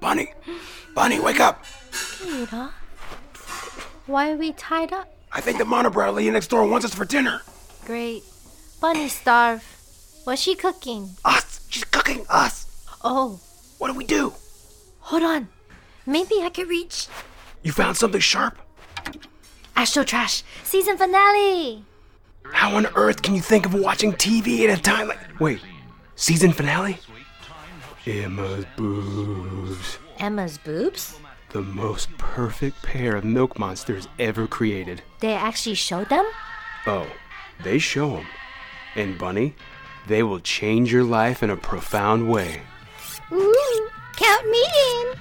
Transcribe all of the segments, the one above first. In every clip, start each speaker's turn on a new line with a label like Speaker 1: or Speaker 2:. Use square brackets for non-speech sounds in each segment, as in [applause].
Speaker 1: Bonnie, Bonnie, wake up!
Speaker 2: Peter, why are we tied up?
Speaker 1: I think the monobrow lady next door wants us for dinner.
Speaker 2: Great. Bunny starved. What's she cooking?
Speaker 1: Us, she's cooking us.
Speaker 2: Oh,
Speaker 1: What do we do?
Speaker 2: hold on. Maybe I could reach
Speaker 1: You found something sharp?
Speaker 2: Astro Trash season finale.
Speaker 1: How on earth can you think of watching TV at a time like? Wait, season finale? Emma's boobs,
Speaker 2: Emma's boobs?
Speaker 1: the most perfect pair of milk monsters ever created.
Speaker 2: They actually showed them?
Speaker 1: Oh, they show 'em. And Bunny, they will change your life in a profound way.
Speaker 2: Ooh, count me in.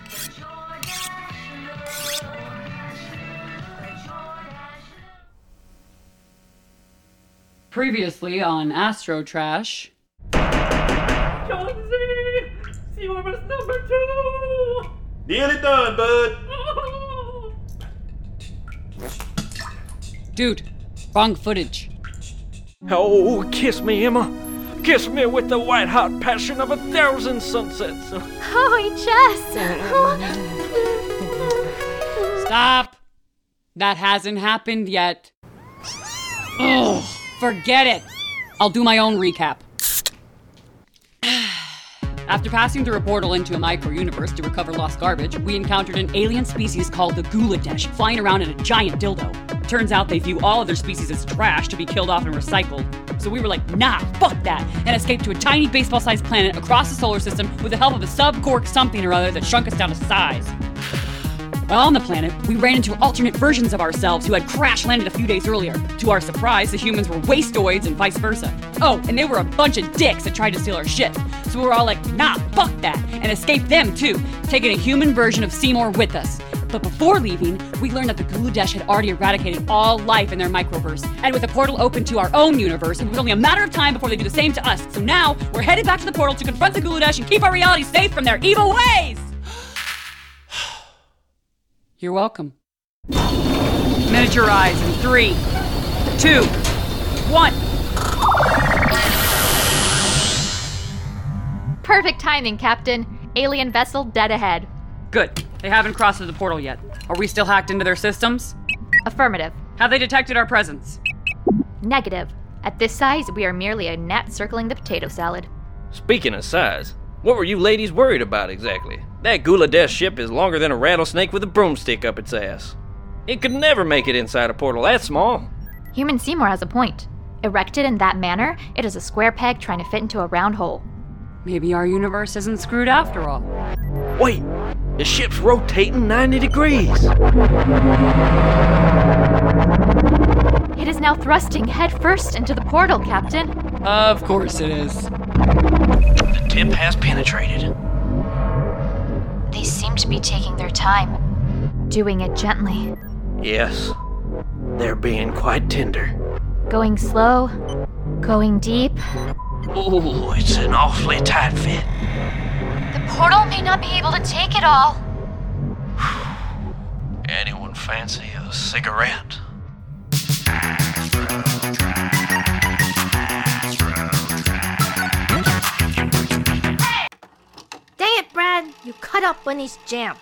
Speaker 3: Previously on Astro Trash.
Speaker 4: Jonesy! See where was number two!
Speaker 5: Nearly done, bud.
Speaker 3: Dude, wrong footage.
Speaker 6: Oh, kiss me, Emma. Kiss me with the white hot passion of a thousand sunsets. [laughs]
Speaker 2: Holy Chess.
Speaker 3: Stop! That hasn't happened yet. Ugh, forget it! I'll do my own recap. [sighs] After passing through a portal into a micro universe to recover lost garbage, we encountered an alien species called the Guladesh flying around in a giant dildo. Turns out they view all other species as trash to be killed off and recycled. So we were like, nah, fuck that, and escaped to a tiny baseball sized planet across the solar system with the help of a sub cork something or other that shrunk us down to size. While on the planet, we ran into alternate versions of ourselves who had crash landed a few days earlier. To our surprise, the humans were wasteoids and vice versa. Oh, and they were a bunch of dicks that tried to steal our shit. So we were all like, nah, fuck that, and escaped them too, taking a human version of Seymour with us. But before leaving, we learned that the Guludesh had already eradicated all life in their microverse, and with the portal open to our own universe, it was only a matter of time before they do the same to us. So now, we're headed back to the portal to confront the Guludesh and keep our reality safe from their evil ways! You're welcome. Miniaturize in three, two, one.
Speaker 7: Perfect timing, Captain. Alien vessel dead ahead.
Speaker 3: Good. They haven't crossed through the portal yet. Are we still hacked into their systems?
Speaker 7: Affirmative.
Speaker 3: Have they detected our presence?
Speaker 7: Negative. At this size, we are merely a gnat circling the potato salad.
Speaker 6: Speaking of size, what were you ladies worried about exactly? That Guladesh ship is longer than a rattlesnake with a broomstick up its ass. It could never make it inside a portal that small.
Speaker 7: Human Seymour has a point. Erected in that manner, it is a square peg trying to fit into a round hole.
Speaker 3: Maybe our universe isn't screwed after all.
Speaker 6: Wait, the ship's rotating 90 degrees.
Speaker 7: It is now thrusting headfirst into the portal, Captain.
Speaker 3: Of course it is.
Speaker 6: The tip has penetrated.
Speaker 7: They seem to be taking their time, doing it gently,
Speaker 6: Yes, they're being quite tender.
Speaker 7: going slow, going deep.
Speaker 6: Ooh, it's an awfully tight fit.
Speaker 7: The portal may not be able to take it all.
Speaker 6: Anyone fancy a cigarette?
Speaker 2: [laughs] Dang it, Brad. You cut up Bunny's jam.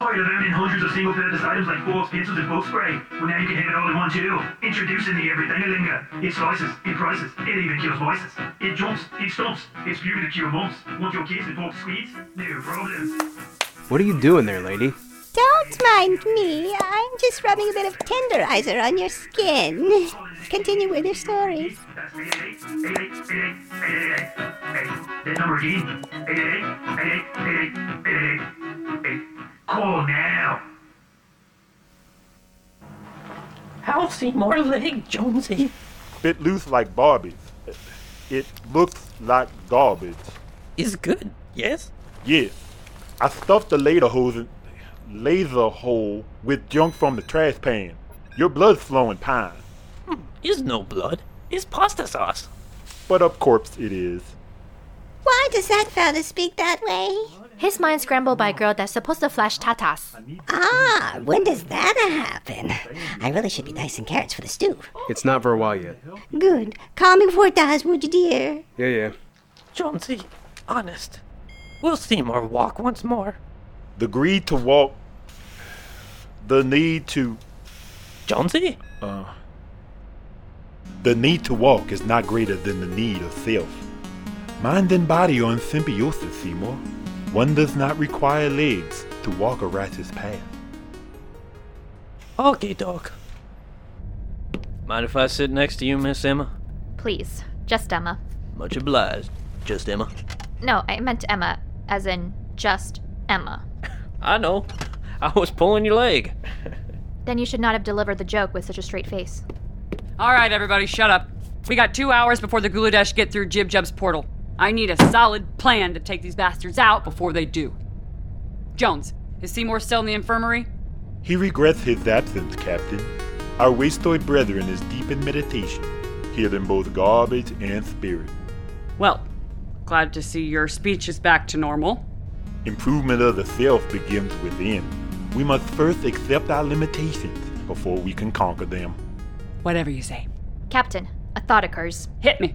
Speaker 8: All your learning holds Oh, you to single purpose items like forks, pencils, and book spray. Well, now you can have it all in one too. Introducing the everythingalinga. It slices, it prices, it even kills voices. It jumps, it stomps, it's beauty to cure mumps. Want your kids and forks squeeze? No problem.
Speaker 1: What are you doing there, lady?
Speaker 9: Don't mind me. I'm just rubbing a bit of tenderizer on your skin. [laughs] Continue with your stories.
Speaker 8: That's 888, 888, 888, 888. That number again. 888, 888, 888, 888. Call now.
Speaker 4: How Seymour leg, Jonesy?
Speaker 5: Bit loose like Barbie. It looks like garbage.
Speaker 4: Is good, yes?
Speaker 5: Yes. I stuffed the laser hose, laser hole with junk from the trash pan. Your blood's flowing pine.
Speaker 4: Is Hmm, no blood. Is pasta sauce.
Speaker 5: But up corpse it is.
Speaker 9: Why does that fella speak that way?
Speaker 2: His mind scrambled by a girl that's supposed to flash tatas.
Speaker 9: Ah, when does that happen? I really should be dicing carrots for the stew.
Speaker 1: It's not for a while yet.
Speaker 9: Good. Call me before it dies, would you, dear?
Speaker 1: Yeah, yeah.
Speaker 4: Jonesy, honest. Will Seymour walk once more?
Speaker 5: The greed to walk, the need to,
Speaker 4: Jonesy?
Speaker 5: uh, the need to walk is not greater than the need of self. Mind and body are in symbiosis, Seymour. One does not require legs to walk a righteous path.
Speaker 4: Okay, Doc.
Speaker 6: Mind if I sit next to you, Miss Emma?
Speaker 7: Please, just Emma.
Speaker 6: Much obliged. Just Emma.
Speaker 7: No, I meant Emma, as in just Emma.
Speaker 6: I know. I was pulling your leg.
Speaker 7: Then you should not have delivered the joke with such a straight face.
Speaker 3: All right, everybody, shut up. We got two hours before the Guladesh get through Jib Jeb's portal. I need a solid plan to take these bastards out before they do. Jones, is Seymour still in the infirmary?
Speaker 5: He regrets his absence, Captain. Our wastoid brethren is deep in meditation, healing both garbage and spirit.
Speaker 3: Well, glad to see your speech is back to normal.
Speaker 5: Improvement of the self begins within. We must first accept our limitations before we can conquer them.
Speaker 3: Whatever you say.
Speaker 7: Captain, a thought occurs.
Speaker 3: Hit me.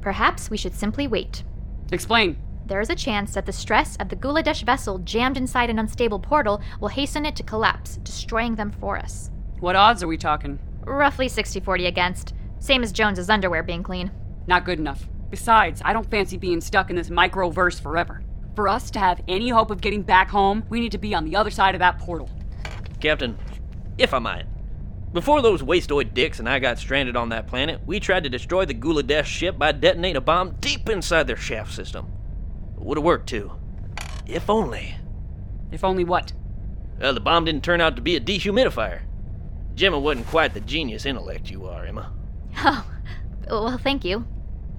Speaker 7: Perhaps we should simply wait.
Speaker 3: Explain.
Speaker 7: There is a chance that the stress of the Guladesh vessel jammed inside an unstable portal will hasten it to collapse, destroying them for us.
Speaker 3: What odds are we talking?
Speaker 7: Roughly 60 40 against. Same as Jones's underwear being clean.
Speaker 3: Not good enough. Besides, I don't fancy being stuck in this microverse forever. For us to have any hope of getting back home, we need to be on the other side of that portal.
Speaker 6: Captain, if I might. Before those wastoid dicks and I got stranded on that planet, we tried to destroy the Guladesh ship by detonating a bomb deep inside their shaft system. It would have worked too. If only.
Speaker 3: If only what?
Speaker 6: Well, the bomb didn't turn out to be a dehumidifier. Gemma wasn't quite the genius intellect you are, Emma.
Speaker 7: Oh, well, thank you.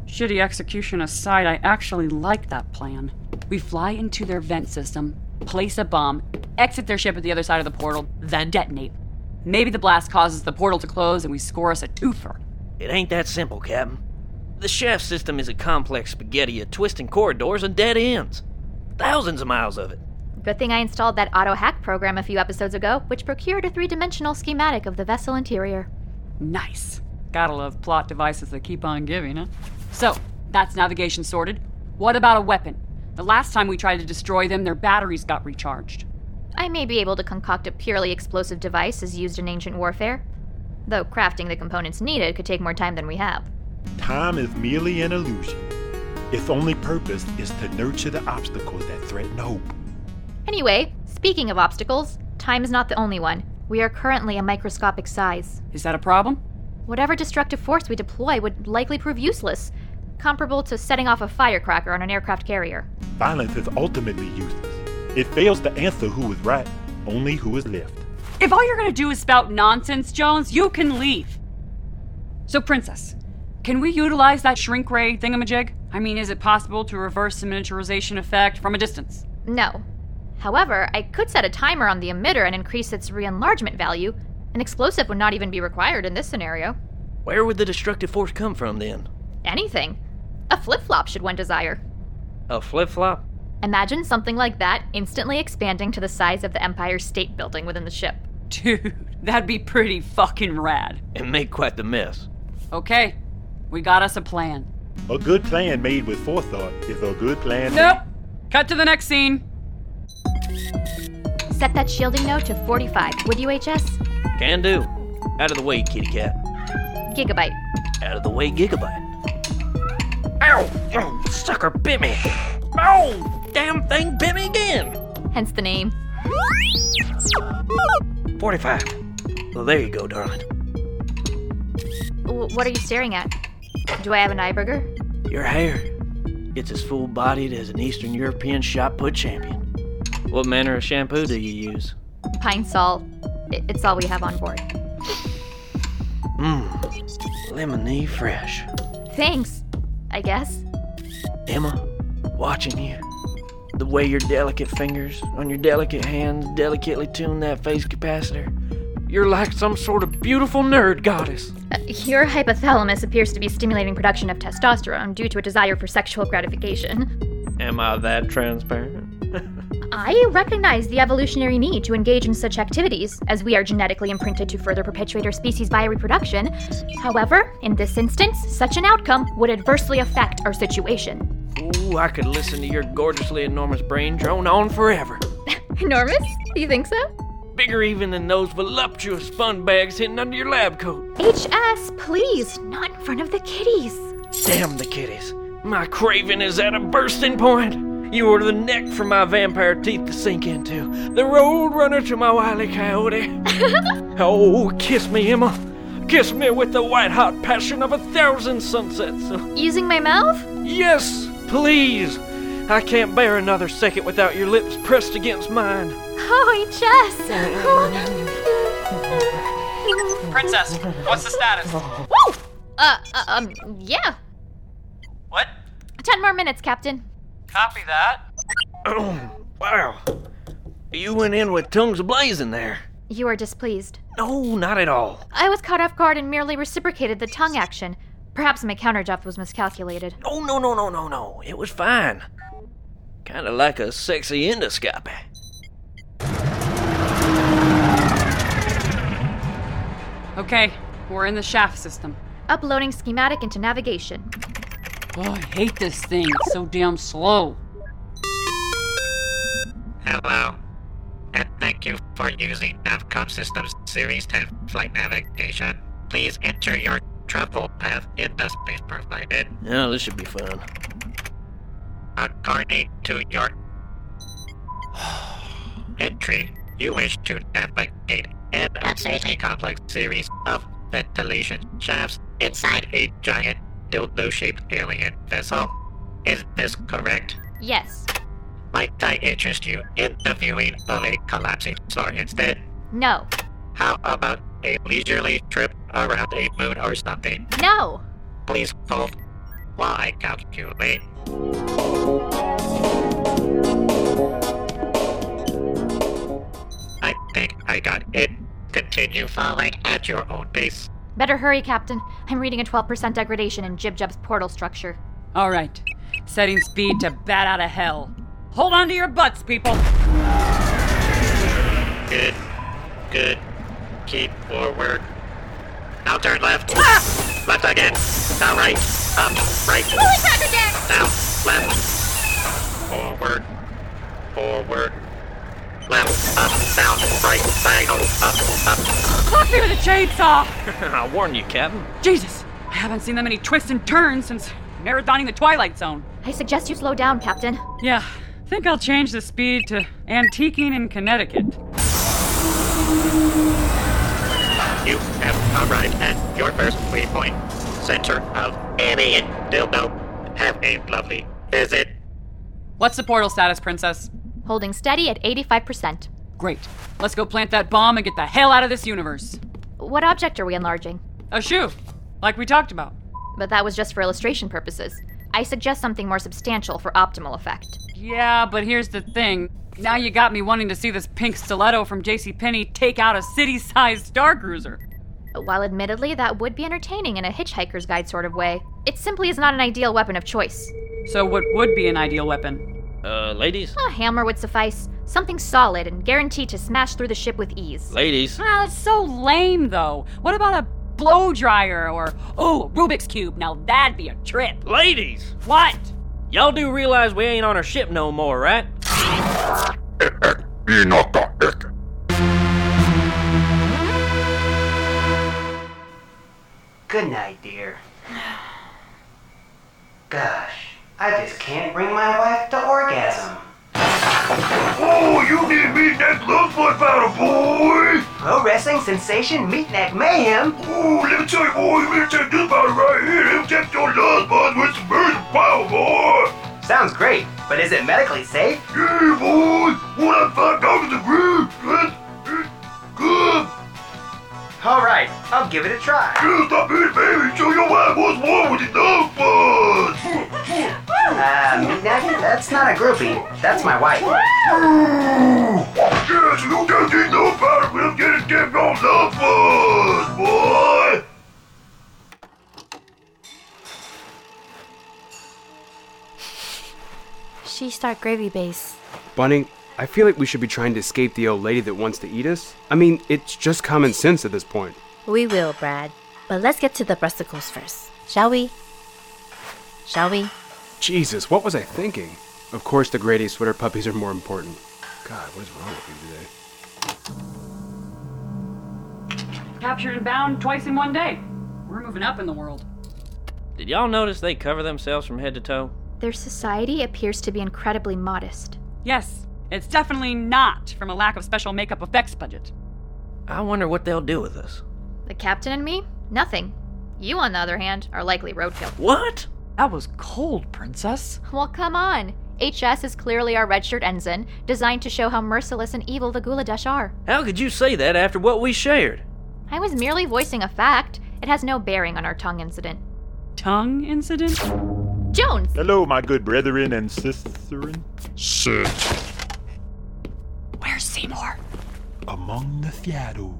Speaker 3: Shitty execution aside, I actually like that plan. We fly into their vent system, place a bomb, exit their ship at the other side of the portal, then detonate. Maybe the blast causes the portal to close and we score us a twofer.
Speaker 6: It ain't that simple, Captain. The shaft system is a complex spaghetti of twisting corridors and dead ends. Thousands of miles of it.
Speaker 7: Good thing I installed that auto hack program a few episodes ago, which procured a three dimensional schematic of the vessel interior.
Speaker 3: Nice. Gotta love plot devices that keep on giving, huh? So, that's navigation sorted. What about a weapon? The last time we tried to destroy them, their batteries got recharged.
Speaker 7: I may be able to concoct a purely explosive device as used in ancient warfare, though crafting the components needed could take more time than we have.
Speaker 5: Time is merely an illusion. Its only purpose is to nurture the obstacles that threaten hope.
Speaker 7: Anyway, speaking of obstacles, time is not the only one. We are currently a microscopic size.
Speaker 3: Is that a problem?
Speaker 7: Whatever destructive force we deploy would likely prove useless, comparable to setting off a firecracker on an aircraft carrier.
Speaker 5: Violence is ultimately useless. It fails to answer who is right, only who is left.
Speaker 3: If all you're gonna do is spout nonsense, Jones, you can leave. So, Princess, can we utilize that shrink ray thingamajig? I mean, is it possible to reverse the miniaturization effect from a distance?
Speaker 7: No. However, I could set a timer on the emitter and increase its re enlargement value. An explosive would not even be required in this scenario.
Speaker 6: Where would the destructive force come from then?
Speaker 7: Anything. A flip flop should one desire.
Speaker 6: A flip flop?
Speaker 7: Imagine something like that instantly expanding to the size of the Empire State Building within the ship.
Speaker 3: Dude, that'd be pretty fucking rad.
Speaker 6: And make quite the mess.
Speaker 3: Okay, we got us a plan.
Speaker 5: A good plan made with forethought is a good plan.
Speaker 3: Nope! Cut to the next scene.
Speaker 7: Set that shielding node to 45, would you, HS?
Speaker 6: Can do. Out of the way, kitty cat.
Speaker 7: Gigabyte.
Speaker 6: Out of the way, gigabyte.
Speaker 4: Ow! Oh, sucker bit me! Ow! Damn thing bit me again!
Speaker 7: Hence the name.
Speaker 6: 45. Well, there you go, darling.
Speaker 7: W- what are you staring at? Do I have an eye burger?
Speaker 6: Your hair. It's as full bodied as an Eastern European shot put champion. What manner of shampoo do you use?
Speaker 7: Pine salt. I- It's all we have on board.
Speaker 6: Mmm. Lemony fresh.
Speaker 7: Thanks, I guess.
Speaker 6: Emma, watching you. The way your delicate fingers on your delicate hands delicately tune that phase capacitor. You're like some sort of beautiful nerd goddess.
Speaker 7: Uh, Your hypothalamus appears to be stimulating production of testosterone due to a desire for sexual gratification.
Speaker 6: Am I that transparent?
Speaker 7: I recognize the evolutionary need to engage in such activities, as we are genetically imprinted to further perpetuate our species via reproduction. However, in this instance, such an outcome would adversely affect our situation.
Speaker 6: Ooh, I could listen to your gorgeously enormous brain drone on forever.
Speaker 7: [laughs] Enormous? You think so?
Speaker 6: Bigger even than those voluptuous fun bags hidden under your lab coat.
Speaker 7: HS, please, not in front of the kitties.
Speaker 6: Damn the kitties. My craving is at a bursting point. You are the neck for my vampire teeth to sink into, the road runner to my wily coyote. oh, kiss me, Emma. Kiss me with the white hot passion of a thousand sunsets.
Speaker 7: Using my mouth?
Speaker 6: Yes, please. I can't bear another second without your lips pressed against mine. [clears throat]
Speaker 7: Oh, HS!
Speaker 10: [laughs] Princess, what's the status?
Speaker 7: Woo! Uh, uh, um, yeah.
Speaker 10: What?
Speaker 7: Ten more minutes, Captain.
Speaker 10: Copy that.
Speaker 6: Wow. You went in with tongues ablazing there.
Speaker 7: You are displeased.
Speaker 6: No, not at all.
Speaker 7: I was caught off guard and merely reciprocated the tongue action. Perhaps my counterjump was miscalculated.
Speaker 6: Oh, no, no, no, no, no. It was fine. Kind of like a sexy endoscopy.
Speaker 3: Okay, we're in the shaft system.
Speaker 7: Uploading schematic into navigation.
Speaker 3: Oh, I hate this thing. It's so damn slow.
Speaker 11: Hello, and thank you for using Navcom Systems Series 10 Flight Navigation. Please enter your travel path in the space provided
Speaker 6: Yeah, this should be fun.
Speaker 11: according to your entry. You wish to navigate an uncertainly complex series of ventilation shafts inside a giant dildo-shaped alien vessel. Is this correct?
Speaker 7: Yes.
Speaker 11: Might I interest you in the viewing of a collapsing star instead?
Speaker 7: No.
Speaker 11: How about a leisurely trip around a moon or something?
Speaker 7: No!
Speaker 11: Please hold while I calculate. I think I got it. Continue falling at your own pace.
Speaker 7: Better hurry, Captain. I'm reading a 12% degradation in Jib Jab's portal structure.
Speaker 3: All right, setting speed to bat out of hell. Hold on to your butts, people.
Speaker 11: Good. Good. Keep forward. Now turn left. Left again. Now right. Up. Right. Now left. Forward. Forward. Left. Up. Down. Right. Diagonal. Up. Up.
Speaker 3: Clock me with a chainsaw.
Speaker 6: [laughs] I warn you, Captain.
Speaker 3: Jesus, I haven't seen that many twists and turns since marathoning the Twilight Zone.
Speaker 7: I suggest you slow down, Captain.
Speaker 3: Yeah, I think I'll change the speed to antiquing in Connecticut.
Speaker 11: You have arrived at your first waypoint. Center of alien dildo. Have a lovely visit.
Speaker 3: What's the portal status, Princess?
Speaker 7: Holding steady at 85%.
Speaker 3: Great. Let's go plant that bomb and get the hell out of this universe.
Speaker 7: What object are we enlarging?
Speaker 3: A shoe, like we talked about.
Speaker 7: But that was just for illustration purposes. I suggest something more substantial for optimal effect.
Speaker 3: Yeah, but here's the thing. Now you got me wanting to see this pink stiletto from JCPenney take out a city sized star cruiser.
Speaker 7: While admittedly that would be entertaining in a hitchhiker's guide sort of way, it simply is not an ideal weapon of choice.
Speaker 3: So, what would be an ideal weapon?
Speaker 6: Uh, ladies?
Speaker 7: A hammer would suffice, something solid and guaranteed to smash through the ship with ease.
Speaker 6: Ladies?
Speaker 3: Ah, that's so lame though. What about a blow dryer or, oh, a Rubik's Cube? Now that'd be a trip.
Speaker 6: Ladies!
Speaker 3: What?
Speaker 6: Y'all do realize we ain't on our ship no more, right?
Speaker 12: Good night, dear. Gosh, I just can't bring my wife to orgasm.
Speaker 8: Oh, you need me that love foot battle, boy!
Speaker 12: Pro wrestling sensation Meatneck Mayhem
Speaker 8: Oh, let me tell you, boy, let me tell you this battle right here. Let me check your love buds with some virgin power, boy!
Speaker 12: sounds great, but is it medically safe?
Speaker 8: Yeah, boy! One out of five dollars a grid! Good! Good!
Speaker 12: All right, I'll give it a try.
Speaker 8: Yeah, stop it, baby! Show your wife what's wrong with your love buds!
Speaker 12: Uh, Meatneck, that's not a groupie. That's my wife.
Speaker 8: Oh. Yeah, so you just get no powder, we'll get a damn on love buds, boy!
Speaker 2: She start gravy base.
Speaker 1: Bunny, I feel like we should be trying to escape the old lady that wants to eat us. I mean, it's just common sense at this point.
Speaker 2: We will, Brad. But let's get to the breasticles first, shall we? Shall we?
Speaker 1: Jesus, what was I thinking? Of course, the Grady sweater puppies are more important. God, what is wrong with you today?
Speaker 3: Captured and bound twice in one day. We're moving up in the world.
Speaker 6: Did y'all notice they cover themselves from head to toe?
Speaker 7: Their society appears to be incredibly modest.
Speaker 3: Yes, it's definitely not from a lack of special makeup effects budget.
Speaker 6: I wonder what they'll do with us.
Speaker 7: The captain and me? Nothing. You, on the other hand, are likely roadkill.
Speaker 6: What?
Speaker 3: That was cold, Princess.
Speaker 7: Well, come on. HS is clearly our redshirt ensign, designed to show how merciless and evil the Guladesh are.
Speaker 6: How could you say that after what we shared?
Speaker 7: I was merely voicing a fact. It has no bearing on our tongue incident.
Speaker 3: Tongue incident?
Speaker 7: Jones!
Speaker 5: Hello, my good brethren and sisterin.
Speaker 13: Shit.
Speaker 3: Where's Seymour?
Speaker 5: Among the shadows,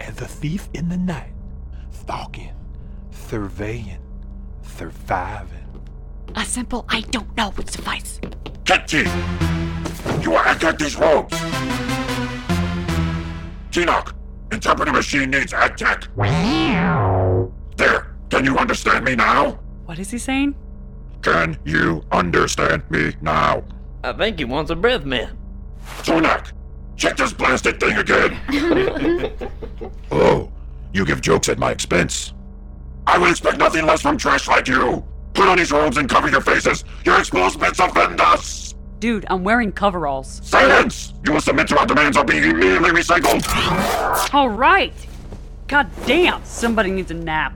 Speaker 5: as a thief in the night, stalking, surveying, surviving.
Speaker 3: A simple I don't know would suffice.
Speaker 13: Captain! You are accurate these rogues! Tinoch, interpreter machine needs ad tech. There, can you understand me now?
Speaker 3: What is he saying?
Speaker 13: Can you understand me now?
Speaker 6: I think he wants a breath man.
Speaker 13: Tinoch, check this blasted thing again! oh, you give jokes at my expense. I would expect nothing less from trash like you! Put on these robes and cover your faces! Your exposed bits offend us!
Speaker 3: Dude, I'm wearing coveralls.
Speaker 13: Silence! You will submit to our demands or be immediately recycled!
Speaker 3: All right. God damn, somebody needs a nap.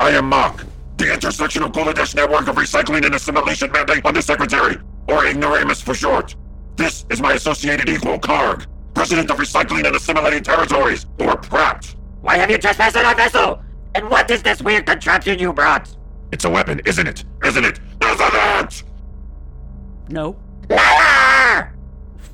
Speaker 13: I am Mark, the intersection of Guladesh Network of Recycling and Assimilation Mandate Undersecretary, or Ignoramus for short. This is my associated equal Karg, President of Recycling and Assimilating Territories, or PRAPT.
Speaker 14: Why have you trespassed on our vessel? And what is this weird contraption you brought?
Speaker 13: It's a weapon, isn't it? Isn't it? Isn't it?
Speaker 3: No.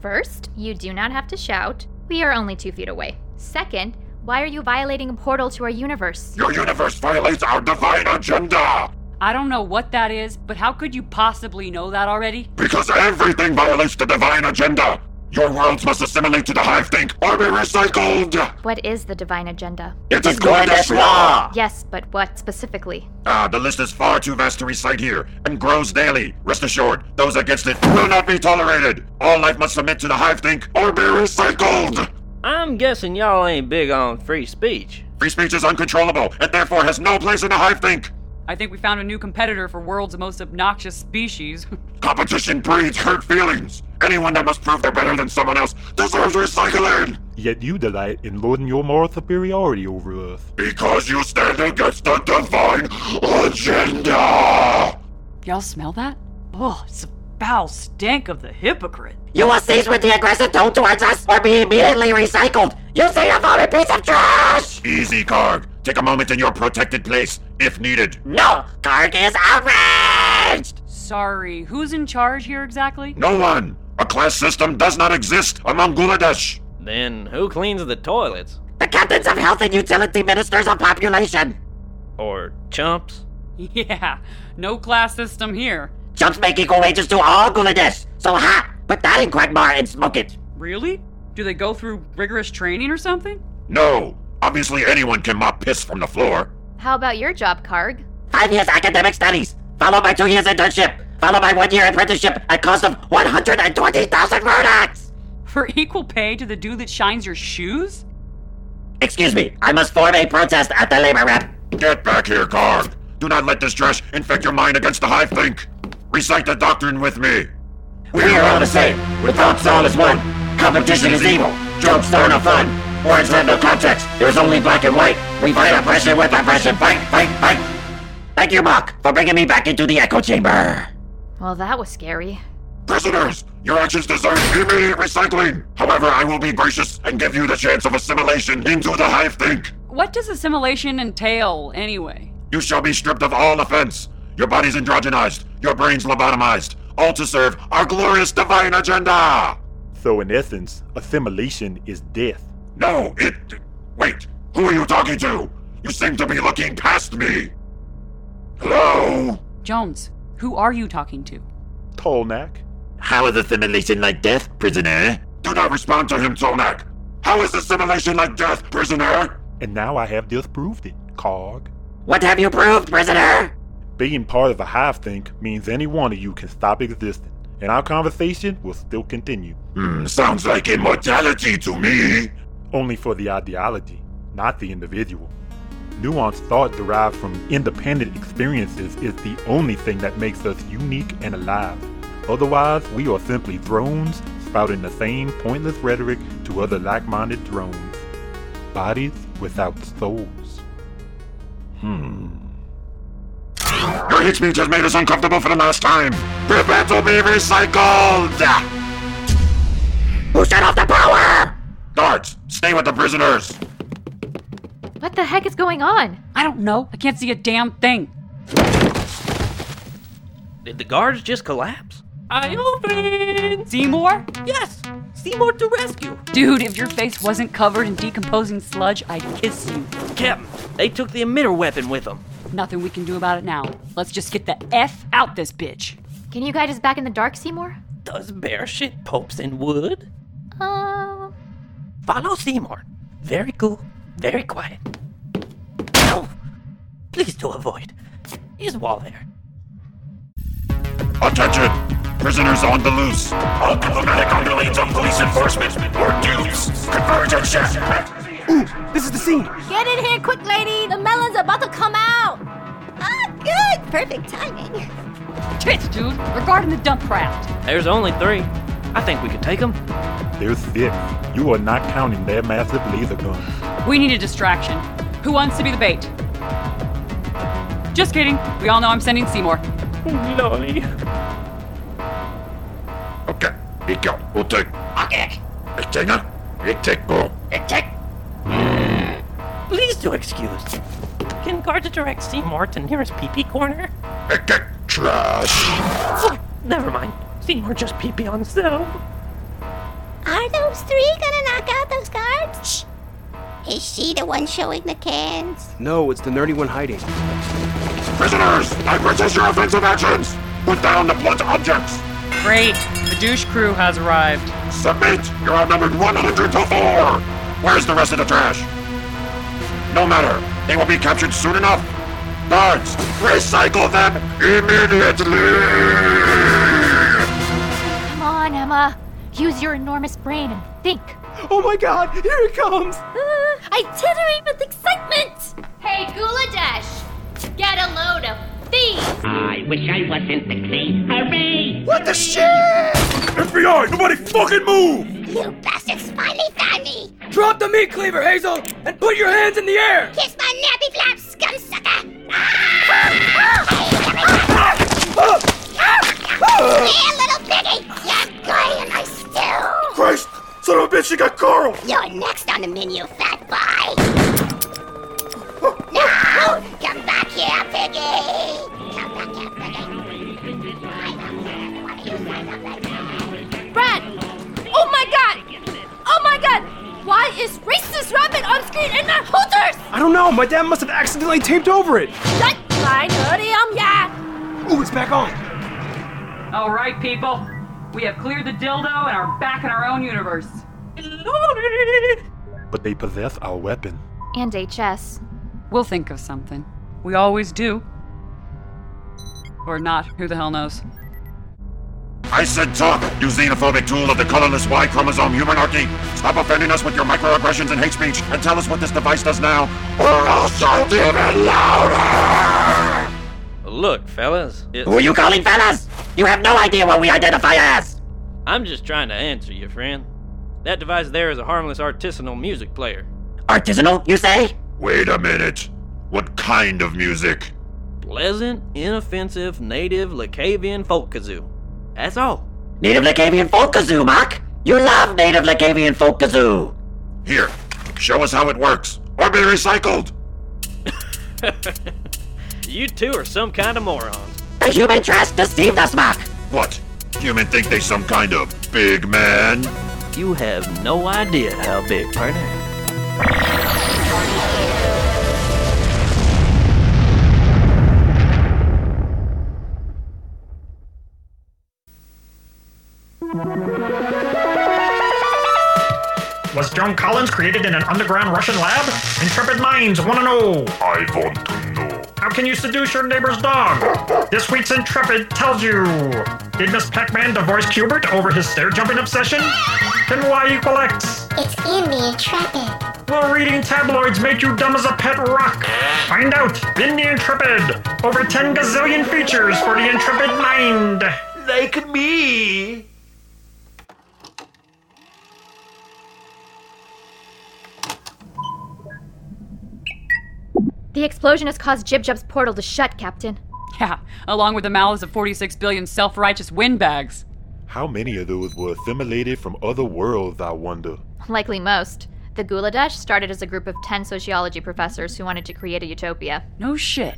Speaker 7: First, you do not have to shout. We are only two feet away. Second, why are you violating a portal to our universe?
Speaker 13: Your universe violates our divine agenda!
Speaker 3: I don't know what that is, but how could you possibly know that already?
Speaker 13: Because everything violates the divine agenda! Your worlds must assimilate to the Hive Think or be recycled!
Speaker 7: What is the divine agenda?
Speaker 13: It is Guladesh law!
Speaker 7: Yes, but what specifically?
Speaker 13: Ah, the list is far too vast to recite here, and grows daily. Rest assured, those against it will not be tolerated. All life must submit to the Hive Think or be recycled.
Speaker 6: [laughs] I'm guessing y'all ain't big on free speech.
Speaker 13: Free speech is uncontrollable, and therefore has no place in the Hive Think.
Speaker 3: I think we found a new competitor for world's most obnoxious species. [laughs]
Speaker 13: Competition breeds hurt feelings. Anyone that must prove they're better than someone else deserves recycling.
Speaker 5: Yet you delight in lording your moral superiority over us.
Speaker 13: Because you stand against the divine agenda.
Speaker 3: Y'all smell that? Oh, it's a foul stank of the hypocrite.
Speaker 14: You will cease with the aggressive tone towards us or be immediately recycled. You xenophobic piece of trash!
Speaker 13: Easy, Karg. Take a moment in your protected place, if needed.
Speaker 14: No! Karg is outraged!
Speaker 3: Sorry, who's in charge here exactly? [laughs]
Speaker 13: No one. A class system does not exist among Guladesh.
Speaker 6: Then who cleans the toilets?
Speaker 14: The captains of health and utility ministers of population.
Speaker 6: Or chumps?
Speaker 3: Yeah, no class system here.
Speaker 14: Chumps make equal wages to all Guladesh. So ha! Put that in Quagmire and smoke it.
Speaker 3: Really? Do they go through rigorous training or something?
Speaker 13: No. Obviously, anyone can mop piss from the floor.
Speaker 7: How about your job, Karg?
Speaker 14: Five years academic studies, followed by two years internship, followed by one year apprenticeship at cost of 120,000 Murdocks!
Speaker 3: For [laughs] equal pay to the dude that shines your shoes?
Speaker 14: Excuse me, I must form a protest at the labor rep.
Speaker 13: Get back here, Karg. Do not let this trash infect your mind against the Hive Think. Recite the doctrine with me.
Speaker 14: We are all the same. With thoughts, all is one. Competition is evil. Jokes are no fun. Words have no context. There's only black and white. We fight oppression with oppression. Fight, fight, fight. Thank you, Mark, for bringing me back into the echo chamber.
Speaker 7: Well, that was scary.
Speaker 13: Prisoners, your actions deserve immediate recycling. However, I will be gracious and give you the chance of assimilation into the Hive Think.
Speaker 3: What does assimilation entail, anyway?
Speaker 13: You shall be stripped of all offense. Your bodies androgenized, your brains lobotomized, all to serve our glorious divine agenda.
Speaker 5: So, in essence, assimilation is death.
Speaker 13: No, it. Wait, who are you talking to? You seem to be looking past me. Hello?
Speaker 3: Jones, who are you talking to?
Speaker 5: Tolnak.
Speaker 14: How is assimilation like death, prisoner?
Speaker 13: Do not respond to him, Tolnak. How is assimilation like death, prisoner?
Speaker 5: And now I have disproved it, Cog.
Speaker 14: What have you proved, prisoner?
Speaker 5: being part of a hive think means any one of you can stop existing, and our conversation will still continue.
Speaker 13: Hmm, sounds like immortality to me.
Speaker 5: Only for the ideology, not the individual. Nuanced thought derived from independent experiences is the only thing that makes us unique and alive. Otherwise, we are simply drones spouting the same pointless rhetoric to other like minded drones. Bodies without souls.
Speaker 13: Hmm. Your hit me just made us uncomfortable for the last time. Prepare to be recycled! Who shut off the power? Guards, stay with the prisoners.
Speaker 7: What the heck is going on?
Speaker 3: I don't know. I can't see a damn thing.
Speaker 6: Did the guards just collapse?
Speaker 3: I open! Seymour? Yes! Seymour to rescue! Dude, if your face wasn't covered in decomposing sludge, I'd kiss you.
Speaker 6: Captain, they took the emitter weapon with them.
Speaker 3: Nothing we can do about it now. Let's just get the F out this bitch.
Speaker 7: Can you guide us back in the dark, Seymour?
Speaker 6: Does bear shit popes in wood?
Speaker 7: Um.
Speaker 6: Follow Seymour. Very cool, very quiet. No! Please do avoid. Is Wall there?
Speaker 13: Attention! Prisoners on the loose. All diplomatic underlings of police enforcement or dudes converge and shift.
Speaker 1: Ooh, this is the scene.
Speaker 2: Get in here quick, lady! The melon's about to come out!
Speaker 9: Ah, good! Perfect timing.
Speaker 3: Tits, dude! Regarding the dump craft.
Speaker 6: There's only three. I think we could take them.
Speaker 5: There's six. You are not counting their massive laser guns.
Speaker 3: We need a distraction. Who wants to be the bait? Just kidding. We all know I'm sending Seymour.
Speaker 6: Lolly.
Speaker 13: Okay, ich go. We'll take. Okay. Ich take up. Ich take go. Ich take.
Speaker 6: Please do excuse. Can guards direct Seymour to nearest PP corner?
Speaker 13: Trash.
Speaker 6: Never mind. Seymour just PP on himself.
Speaker 9: Are those three gonna knock out those guards? Shh. Is she the one showing the cans? [laughs]
Speaker 1: No, it's the nerdy one hiding.
Speaker 13: Prisoners, I resist your offensive actions. Put down the blunt objects.
Speaker 10: Great! The douche crew has arrived.
Speaker 13: Submit! You're outnumbered 100 to 4! Where's the rest of the trash? No matter, they will be captured soon enough! Guards, recycle them immediately!
Speaker 7: Come on, Emma. Use your enormous brain and think.
Speaker 1: Oh my god, here it comes!
Speaker 9: Uh,
Speaker 2: I titterate with excitement!
Speaker 7: Hey, Guladash! Get a load of thieves!
Speaker 15: I wish I wasn't the thief. Hooray!
Speaker 13: What the shit? FBI, nobody fucking move!
Speaker 9: You bastards finally found me!
Speaker 16: Drop the meat cleaver, Hazel, and put your hands in the air!
Speaker 9: Kiss my nappy flap, scum sucker!
Speaker 13: Ah!
Speaker 9: yeah, little piggy! You're good and I still!
Speaker 13: Christ! Son of a bitch, she got Carl!
Speaker 9: You're next on the menu, fat boy! No! Come back here, piggy! Come back here,
Speaker 2: Brad! Oh my god! Oh my god! Why is racist rabbit on screen and not hooters?
Speaker 1: I don't know, my dad must have accidentally taped over it.
Speaker 2: Shut my dirty um yeah!
Speaker 1: Ooh, it's back on.
Speaker 3: All right, people. We have cleared the dildo and are back in our own universe. Lolly!
Speaker 5: But they possess our weapon.
Speaker 7: And HS.
Speaker 3: We'll think of something. We always do. Or not. Who the hell knows?
Speaker 13: I said talk, you xenophobic tool of the colorless Y chromosome humanarchy! Stop offending us with your microaggressions and hate speech, and tell us what this device does now, or I'll shout even louder!
Speaker 6: Look, fellas. it-
Speaker 13: Who are you calling fellas?
Speaker 15: You have no idea what we identify as!
Speaker 6: I'm just trying to answer you, friend. That device there is a harmless artisanal music player.
Speaker 15: Artisanal, you say?
Speaker 13: Wait a minute. What kind of music?
Speaker 6: Pleasant, inoffensive, native Lacavian folk kazoo. That's all.
Speaker 15: Native Lacavian folk kazoo, Mock! You love native Lacavian folk kazoo!
Speaker 13: Here, show us how it works, or be recycled!
Speaker 6: You two are some kind of morons.
Speaker 15: The human trash deceived us, Mock!
Speaker 13: What? Human think they some kind of big man?
Speaker 6: You have no idea how big, partner.
Speaker 12: Was John Collins created in an underground Russian lab? Intrepid minds want to know.
Speaker 17: I want to know. How can you seduce your neighbor's dog? This week's Intrepid tells you Did Miss Pac Man divorce Cubert over his stair jumping obsession? Can Y equal X?
Speaker 18: It's in the Intrepid.
Speaker 17: Will reading tabloids make you dumb as a pet rock? Find out in the Intrepid. Over 10 gazillion features for the Intrepid mind.
Speaker 19: Like me.
Speaker 7: The explosion has caused Jibjub's portal to shut, Captain.
Speaker 3: Yeah, along with the mouths of 46 billion self righteous windbags.
Speaker 5: How many of those were assimilated from other worlds, I wonder?
Speaker 7: Likely most. The Guladesh started as a group of 10 sociology professors who wanted to create a utopia.
Speaker 3: No shit.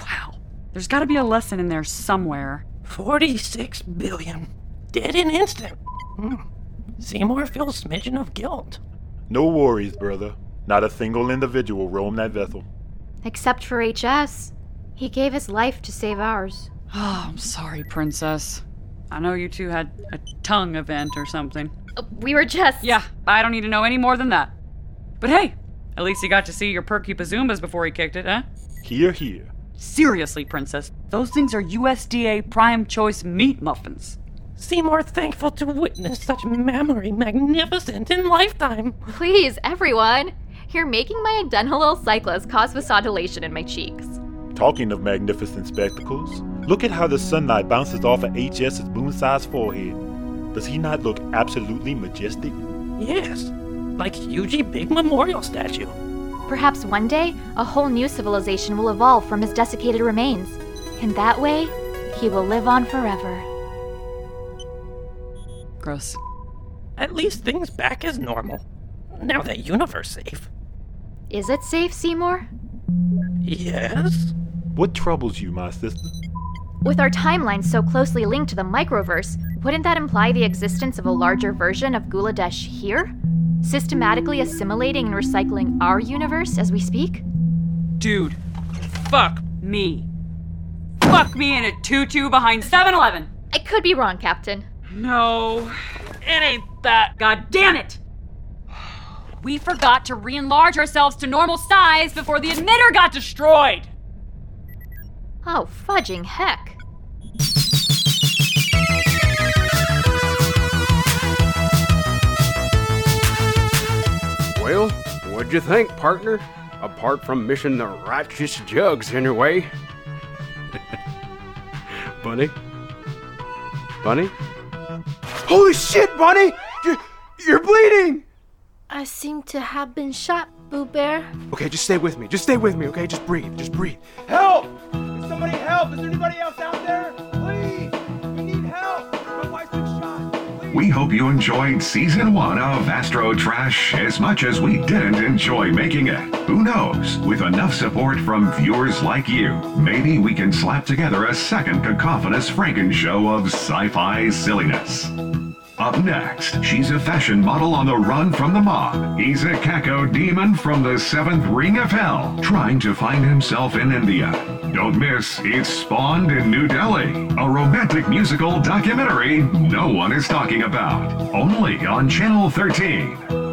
Speaker 3: Wow. There's gotta be a lesson in there somewhere.
Speaker 4: 46 billion. Dead in instant. Hmm. Seymour feels a smidgen of guilt.
Speaker 5: No worries, brother. Not a single individual roamed that vessel.
Speaker 7: Except for HS. He gave his life to save ours.
Speaker 3: [sighs] Oh, I'm sorry, Princess. I know you two had a tongue event or something.
Speaker 7: Uh, We were just.
Speaker 3: Yeah, I don't need to know any more than that. But hey, at least you got to see your perky bazoombas before he kicked it, huh?
Speaker 5: Here, here.
Speaker 3: Seriously, Princess, those things are USDA prime choice meat muffins.
Speaker 4: Seymour thankful to witness such memory magnificent in lifetime.
Speaker 7: Please, everyone. You're making my adenylyl cyclase cause vasodilation in my cheeks.
Speaker 5: Talking of magnificent spectacles, look at how the sunlight bounces off of HS's moon sized forehead. Does he not look absolutely majestic?
Speaker 4: Yes, like Yuji Big Memorial Statue.
Speaker 7: Perhaps one day, a whole new civilization will evolve from his desiccated remains. And that way, he will live on forever.
Speaker 3: Gross.
Speaker 4: At least things back as normal. Now the universe safe.
Speaker 7: Is it safe, Seymour?
Speaker 4: Yes.
Speaker 5: What troubles you, my sister?
Speaker 7: With our timeline so closely linked to the microverse, wouldn't that imply the existence of a larger version of Guladesh here? Systematically assimilating and recycling our universe as we speak?
Speaker 3: Dude, fuck me. Fuck me in a tutu behind 7 Eleven!
Speaker 7: I could be wrong, Captain.
Speaker 3: No, it ain't that. God damn it! We forgot to re enlarge ourselves to normal size before the emitter got destroyed!
Speaker 7: Oh, fudging heck.
Speaker 1: Well, what'd you think, partner? Apart from missing the righteous jugs, anyway. [laughs] bunny? Bunny? Holy shit, Bunny! You're, you're bleeding!
Speaker 18: I seem to have been shot, Boo Bear.
Speaker 1: Okay, just stay with me. Just stay with me, okay? Just breathe. Just breathe.
Speaker 16: Help! Can somebody help? Is there anybody else out there? Please! We need help! My wife's been shot! Please.
Speaker 20: We hope you enjoyed season one of Astro Trash as much as we didn't enjoy making it. Who knows? With enough support from viewers like you, maybe we can slap together a second cacophonous Franken show of sci fi silliness. Up next, she's a fashion model on the run from the mob. He's a caco demon from the seventh ring of hell, trying to find himself in India. Don't miss It's Spawned in New Delhi, a romantic musical documentary no one is talking about. Only on Channel 13.